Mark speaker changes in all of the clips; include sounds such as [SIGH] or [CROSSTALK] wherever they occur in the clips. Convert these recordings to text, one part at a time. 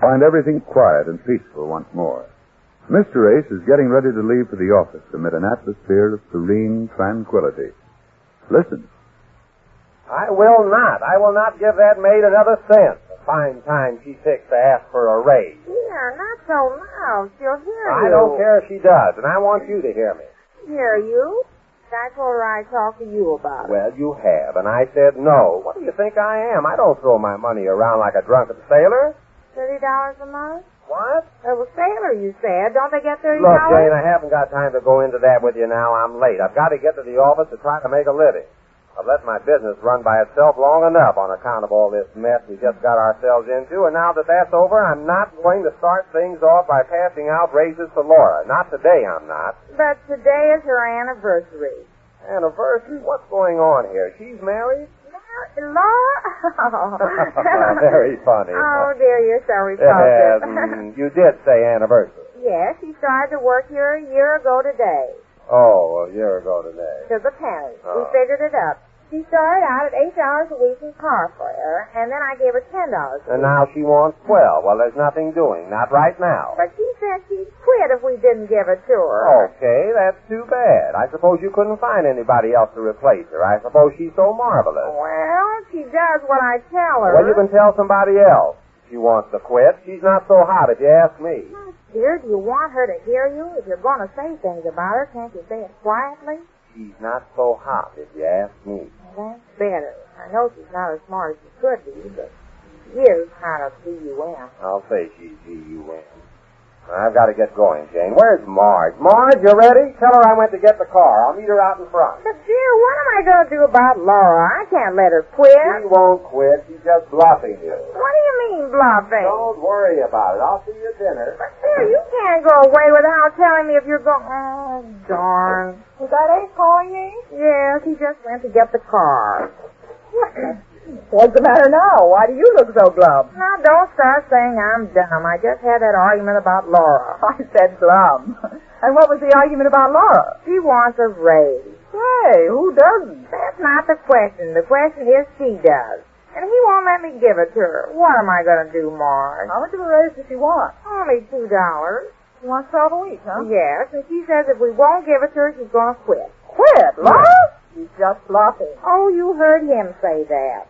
Speaker 1: find everything quiet and peaceful once more. Mr. Ace is getting ready to leave for the office amid an atmosphere of serene tranquility. Listen.
Speaker 2: I will not. I will not give that maid another cent. A fine time she takes to ask for a raise.
Speaker 3: Here, not so loud. She'll hear you.
Speaker 2: I don't care if she does, and I want you to hear me.
Speaker 3: Hear you? I told her I talked to you about it.
Speaker 2: Well, you have, and I said no. What do you think I am? I don't throw my money around like a drunken sailor.
Speaker 3: Thirty dollars a month?
Speaker 2: What?
Speaker 3: It was sailor, you said. Don't they get thirty
Speaker 2: Look, Jane,
Speaker 3: dollars?
Speaker 2: I haven't got time to go into that with you now. I'm late. I've got to get to the office to try to make a living. I've let my business run by itself long enough on account of all this mess we just got ourselves into, and now that that's over, I'm not going to start things off by passing out raises to Laura. Not today, I'm not.
Speaker 3: But today is her anniversary.
Speaker 2: Anniversary? What's going on here? She's married?
Speaker 3: Mar- Laura? Oh.
Speaker 2: [LAUGHS] Very funny.
Speaker 3: [LAUGHS] Oh, dear, you're so
Speaker 2: [LAUGHS] Yes,
Speaker 3: repulsive.
Speaker 2: mm, you did say anniversary.
Speaker 3: [LAUGHS] yes, she started to work here a year ago today.
Speaker 2: Oh, a year ago today.
Speaker 3: to the penny. We
Speaker 2: Oh.
Speaker 3: figured it up. She started out at eight dollars a week in car fare, and then I gave her ten dollars.
Speaker 2: And now she wants twelve. Well, there's nothing doing. Not right now.
Speaker 3: But she said she'd quit if we didn't give it to her.
Speaker 2: Oh. Okay, that's too bad. I suppose you couldn't find anybody else to replace her. I suppose she's so marvelous.
Speaker 3: Well, if she does what I tell her.
Speaker 2: Well, you can tell somebody else. She wants to quit. She's not so hot, if you ask me.
Speaker 3: Oh, Dear, do you want her to hear you? If you're going to say things about her, can't you say it quietly?
Speaker 2: She's not so hot, if you ask me.
Speaker 3: Well, that's better. I know she's not as smart as she could be, but she is kind of B-U-M.
Speaker 2: I'll say she's G-U-M. I've got to get going, Jane. Where's Marge? Marge, you ready? Tell her I went to get the car. I'll meet her out in front.
Speaker 3: But, dear, what am I going to do about Laura? I can't let her quit.
Speaker 2: She won't quit. She's just bluffing you.
Speaker 3: What do you mean, bluffing?
Speaker 2: Don't worry about it. I'll see you at dinner.
Speaker 3: But there, you can't go away without telling me if you're going. Oh, darn. Was that Ace calling you? Yes, he just went to get the car.
Speaker 4: What's the matter now? Why do you look so glum? [LAUGHS]
Speaker 3: Now, don't start saying I'm dumb. I just had that argument about Laura.
Speaker 4: I said glum. [LAUGHS] And what was the argument about Laura?
Speaker 3: She wants a raise.
Speaker 4: Say, who doesn't?
Speaker 3: That's not the question. The question is she does. And he won't let me give it to her. What am I going to do, Marge?
Speaker 4: How much of a raise does she want?
Speaker 3: Only two dollars.
Speaker 4: She wants twelve a week, huh?
Speaker 3: Yes, and she says if we won't give it to her, she's going to quit.
Speaker 4: Quit, Laura? She's just bluffing. [LAUGHS]
Speaker 3: Oh, you heard him say that.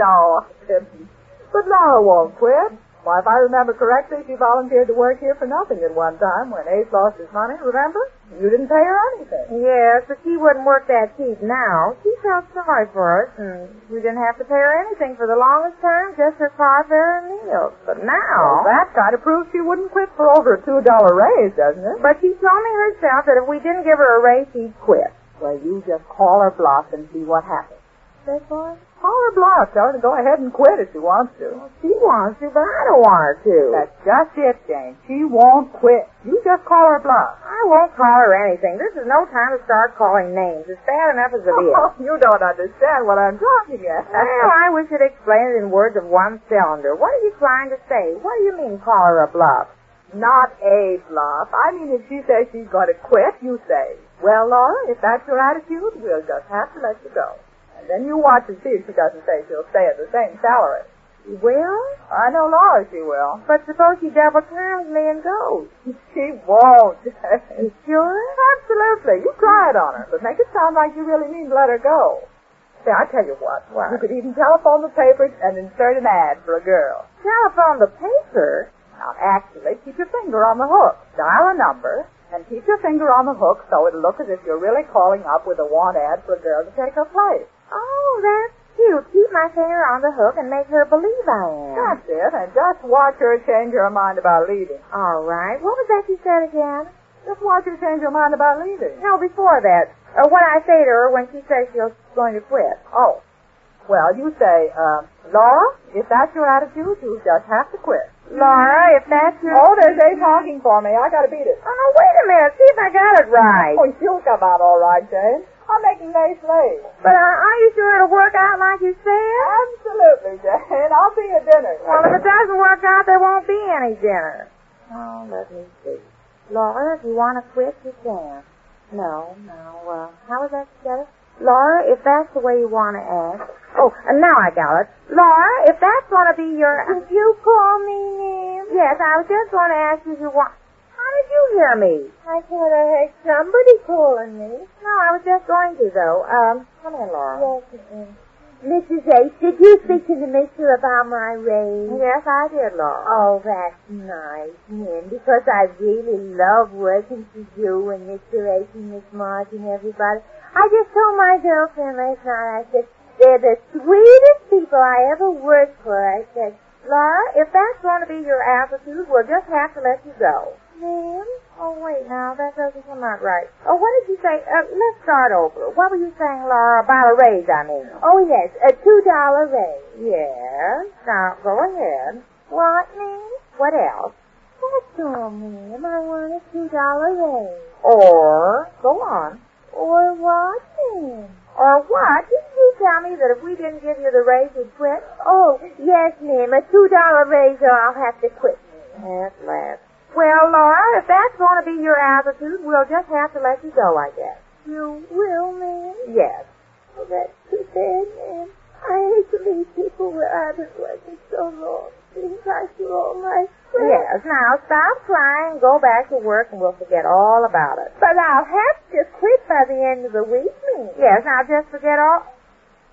Speaker 4: no, I didn't. But Laura won't quit. Why, if I remember correctly, she volunteered to work here for nothing at one time when Ace lost his money, remember? You didn't pay her anything.
Speaker 3: Yes, but she wouldn't work that cheap now. She felt sorry for us, and we didn't have to pay her anything for the longest time, just her car fare and meals. But
Speaker 4: Well,
Speaker 3: now...
Speaker 4: that kind of proves she wouldn't quit for over a two dollar raise, doesn't it?
Speaker 3: But she told me herself that if we didn't give her a raise, she'd quit.
Speaker 4: Well, you just call her bluff and see what happens.
Speaker 3: That's why?
Speaker 4: Call her bluff. Tell her to go ahead and quit if she wants to.
Speaker 3: She wants to, but I don't want her to.
Speaker 4: That's just it, Jane. She won't quit. You just call her bluff.
Speaker 3: I won't call her anything. This is no time to start calling names. It's bad enough as it
Speaker 4: [LAUGHS]
Speaker 3: is.
Speaker 4: Oh, [LAUGHS] you don't understand what I'm talking at.
Speaker 3: Well, I wish you'd explain it in words of one cylinder. What are you trying to say? What do you mean, call her a bluff?
Speaker 4: [LAUGHS] Not a bluff. I mean, if she says she's going to quit, you say, well, Laura, if that's your attitude, we'll just have to let you go. And then you watch and see if she doesn't say she'll stay at the same salary.
Speaker 3: Well,
Speaker 4: I know Laura, she will.
Speaker 3: But suppose she double times me and goes.
Speaker 4: She won't. [LAUGHS] Jane.
Speaker 3: Sure?
Speaker 4: Absolutely. You try it on her, but make it sound like you really mean to let her go. Say, I tell you what,
Speaker 3: What?
Speaker 4: you could even telephone the papers and insert an ad for a girl.
Speaker 3: Telephone the paper?
Speaker 4: Now, actually, keep your finger on the hook. Dial a number and keep your finger on the hook so it'll look as if you're really calling up with a want ad for a girl to take her place.
Speaker 3: Oh, that's cute. Keep my finger on the hook and make her believe I am.
Speaker 4: That's it, and just watch her change her mind about leaving.
Speaker 3: All right. What was that you said again?
Speaker 4: Just watch her change her mind about leaving.
Speaker 3: No, before that. Uh, what I say to her when she says she's going to quit.
Speaker 4: Oh. Well, you say, uh, Laura, if that's your attitude, you just have to quit.
Speaker 3: Laura, if that's your...
Speaker 4: Oh, there's Abe honking for me. I gotta beat it.
Speaker 3: Oh, no, wait a minute. See if I got it right.
Speaker 4: Oh, you'll come out all right, Jane. I'm making Ace late.
Speaker 3: But uh, are you sure it'll work out like you said?
Speaker 4: Absolutely, Jane. I'll see you at dinner.
Speaker 3: Well, if it doesn't work out, there won't be any dinner. Oh, let me see. Laura, if you want to quit, you can. No, no, well, how was that together? Laura, if that's the way you want to act. Oh, and now I got it. Laura, if that's going to be your. Did you call me name?
Speaker 4: yes, I was just going to ask you if you want. How did you hear me?
Speaker 3: I thought I heard somebody calling me.
Speaker 4: No, I was just going to though. Um, come in, Laura.
Speaker 3: Yes, it is. Mrs. H, did you speak to the mister about my raise?
Speaker 4: Yes, I did, Laura.
Speaker 3: Oh, that's nice, Min, because I really love working for you and Mr. H and Miss March and everybody. I just told my girlfriend last night, I said, they're the sweetest people I ever worked for. I said,
Speaker 4: Laura, if that's going to be your attitude, we'll just have to let you go.
Speaker 3: ma'am?
Speaker 4: Oh, wait now, that doesn't come out right. Oh, what did you say? Uh, let's start over. What were you saying, Laura, about a raise, I mean?
Speaker 3: Oh, yes, a $2 raise.
Speaker 4: Yes. Now, go ahead.
Speaker 3: What, ma'am?
Speaker 4: What else?
Speaker 3: That's all, ma'am. I want a two dollar raise.
Speaker 4: Or, go on.
Speaker 3: Or what, ma'am?
Speaker 4: Or what? Didn't you tell me that if we didn't give you the raise, you'd quit?
Speaker 3: Oh, yes, ma'am. A two dollar raise or I'll have to quit.
Speaker 4: At last. Well, Laura, if that's going to be your attitude, we'll just have to let you go, I guess.
Speaker 3: You will, ma'am?
Speaker 4: Yes.
Speaker 3: Oh, that's too bad, ma'am. I hate to leave people where I've been working so long. Seems like you're all my friends.
Speaker 4: Yes. Now, stop crying, go back to work, and we'll forget all about it.
Speaker 3: But I'll have to quit by the end of the week, ma'am.
Speaker 4: Yes, now just forget all...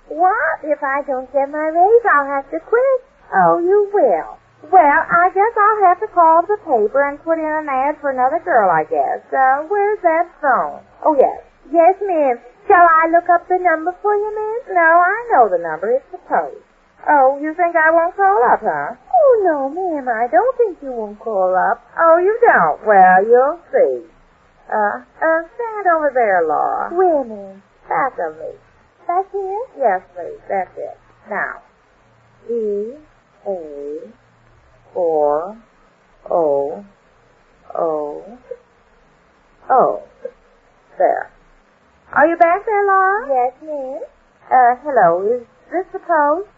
Speaker 3: What? If I don't get my raise, I'll have to quit.
Speaker 4: Oh, you will. Well, I guess I'll have to call the paper and put in an ad for another girl, I guess. Uh, where's that phone? Oh, yes.
Speaker 3: Yes, ma'am. Shall I look up the number for you, ma'am?
Speaker 4: No, I know the number. It's the post. Oh, you think I won't call up, huh?
Speaker 3: Oh, no, ma'am. I don't think you won't call up.
Speaker 4: Oh, you don't? Well, you'll see. Uh, uh, stand over there, Laura.
Speaker 3: Where, ma'am?
Speaker 4: Back of me.
Speaker 3: Back here?
Speaker 4: Yes, please. That's it. Now. E, A, 4, O, O, O. There. Are you back there, Laura?
Speaker 3: Yes, ma'am.
Speaker 4: Uh, hello. Is this the post?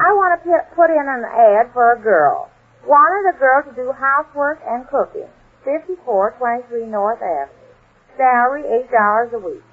Speaker 4: I want to p- put in an ad for a girl. Wanted a girl to do housework and cooking. 5423 North Avenue. Salary $8 a week.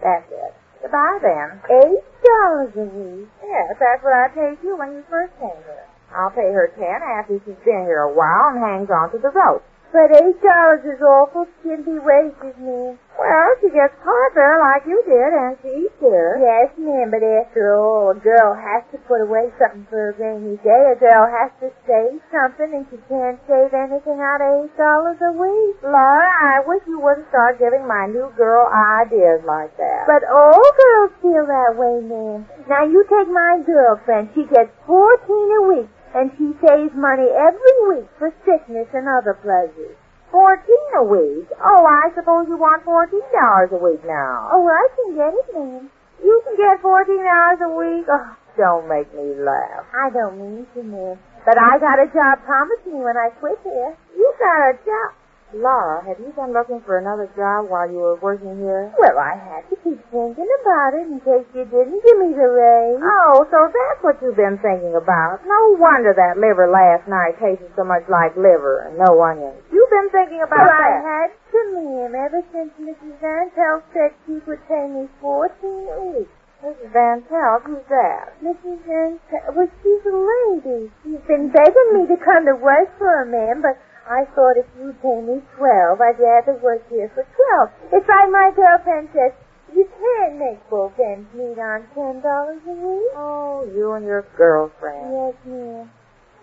Speaker 4: That's it. Goodbye then.
Speaker 3: Eight dollars a week.
Speaker 4: Yes, that's what I paid you when you first came here. I'll pay her ten after she's been here a while and hangs on to the rope.
Speaker 3: But eight dollars is awful skimpy wages, ma'am.
Speaker 4: Well, she gets caught there like you did, and she eats here.
Speaker 3: Yes, ma'am, but after all, a girl has to put away something for a rainy day. A girl has to save something, and she can't save anything out of eight dollars a week.
Speaker 4: Laura, I wish you wouldn't start giving my new girl ideas like that.
Speaker 3: But all girls feel that way, ma'am. Now you take my girlfriend. She gets fourteen a week, and she saves money every week for sickness and other pleasures.
Speaker 4: fourteen a week? Oh, I suppose you want fourteen dollars a week now.
Speaker 3: Oh, I can get it, ma'am.
Speaker 4: you can get fourteen dollars a week. Oh, don't make me laugh.
Speaker 3: I don't mean to, ma'am. But I got a job promised me when I quit here.
Speaker 4: You got a job. Laura, have you been looking for another job while you were working here?
Speaker 3: Well, I had to keep thinking about it in case you didn't give me the raise.
Speaker 4: Oh, so that's what you've been thinking about. No wonder that liver last night tasted so much like liver and no onions. You've been thinking about
Speaker 3: But I
Speaker 4: that.
Speaker 3: had to, ma'am, ever since Mrs. Van Pelt said she would pay me fourteen a week.
Speaker 4: Mrs. Van Pelt, who's that?
Speaker 3: Mrs. Van Pelt, well, she's a lady. She's been begging me to come to work for her, ma'am, but I thought if you'd pay me twelve, I'd rather work here for twelve. It's like my girlfriend says, you can't make both ends meet on ten dollars a week.
Speaker 4: Oh, you and your girlfriend.
Speaker 3: Yes, ma'am.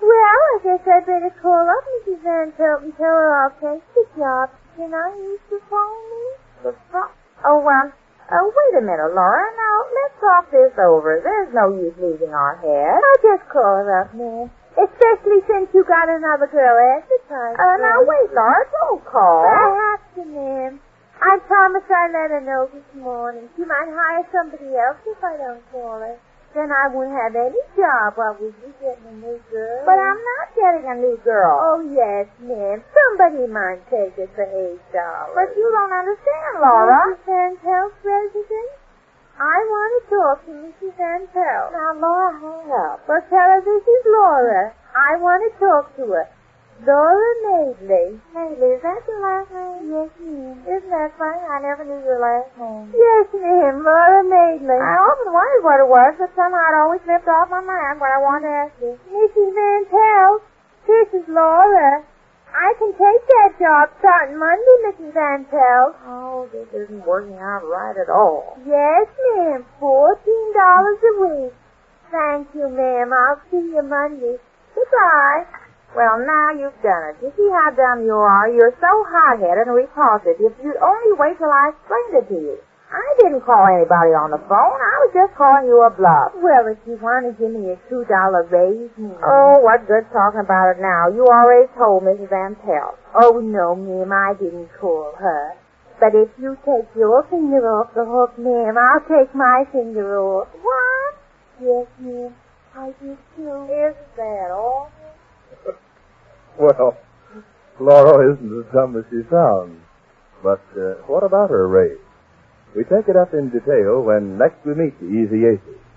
Speaker 3: Well, I guess I'd better call up Mrs. Van Pelt and tell her I'll take the job. Can I use the phone, ma'am?
Speaker 4: The fu- Oh, um, oh, wait a minute, Laura. Now, let's talk this over. There's no use losing our head.
Speaker 3: I'll just call her up, ma'am. Especially since you got another girl advertised.
Speaker 4: Uh, now,
Speaker 3: for.
Speaker 4: wait, Laura. Don't call.
Speaker 3: I have to, ma'am. I promised I'd let her know this morning. She might hire somebody else if I don't call her. Then I won't have any job while we be getting a new girl.
Speaker 4: But I'm not getting a new girl.
Speaker 3: Oh, yes, ma'am. Somebody might take it for eight dollars.
Speaker 4: But you don't understand, Laura.
Speaker 3: Mrs. Van Pelt, President? I want to talk to Mrs. Van Pelt.
Speaker 4: Now, Laura, hang up.
Speaker 3: Well, tell her this is Laura. I want to talk to her. Laura Madeley.
Speaker 4: Madeley, is that your last name?
Speaker 3: Yes, ma'am.
Speaker 4: Isn't that funny? I never knew your last name.
Speaker 3: Yes, ma'am. Laura Madeley.
Speaker 4: I often wondered what it was, but somehow it always slipped off my mind when I wanted to ask you.
Speaker 3: Mrs. Van Pelt, this is Laura. I can take that job starting Monday, Mrs. Van Pelt.
Speaker 4: Oh, this isn't working out right at all.
Speaker 3: Yes, ma'am. Fourteen dollars a week. Thank you, ma'am. I'll see you Monday. Goodbye.
Speaker 4: Well, now you've done it. You see how dumb you are. You're so hot-headed and repulsive. If you'd only wait till I explained it to you. I didn't call anybody on the phone. I was just calling you a bluff.
Speaker 3: Well, if you want to give me a two dollar raise, ma'am.
Speaker 4: Oh, what good talking about it now? You already told Mrs. Van Pelt.
Speaker 3: Oh, no, ma'am, I didn't call her. But if you take your finger off the hook, ma'am, I'll take my finger off.
Speaker 4: What?
Speaker 3: Yes, ma'am. I do too.
Speaker 4: Is that all?
Speaker 1: Well, Laura isn't as dumb as she sounds. But uh, what about her raise? We take it up in detail when next we meet the Easy Aces.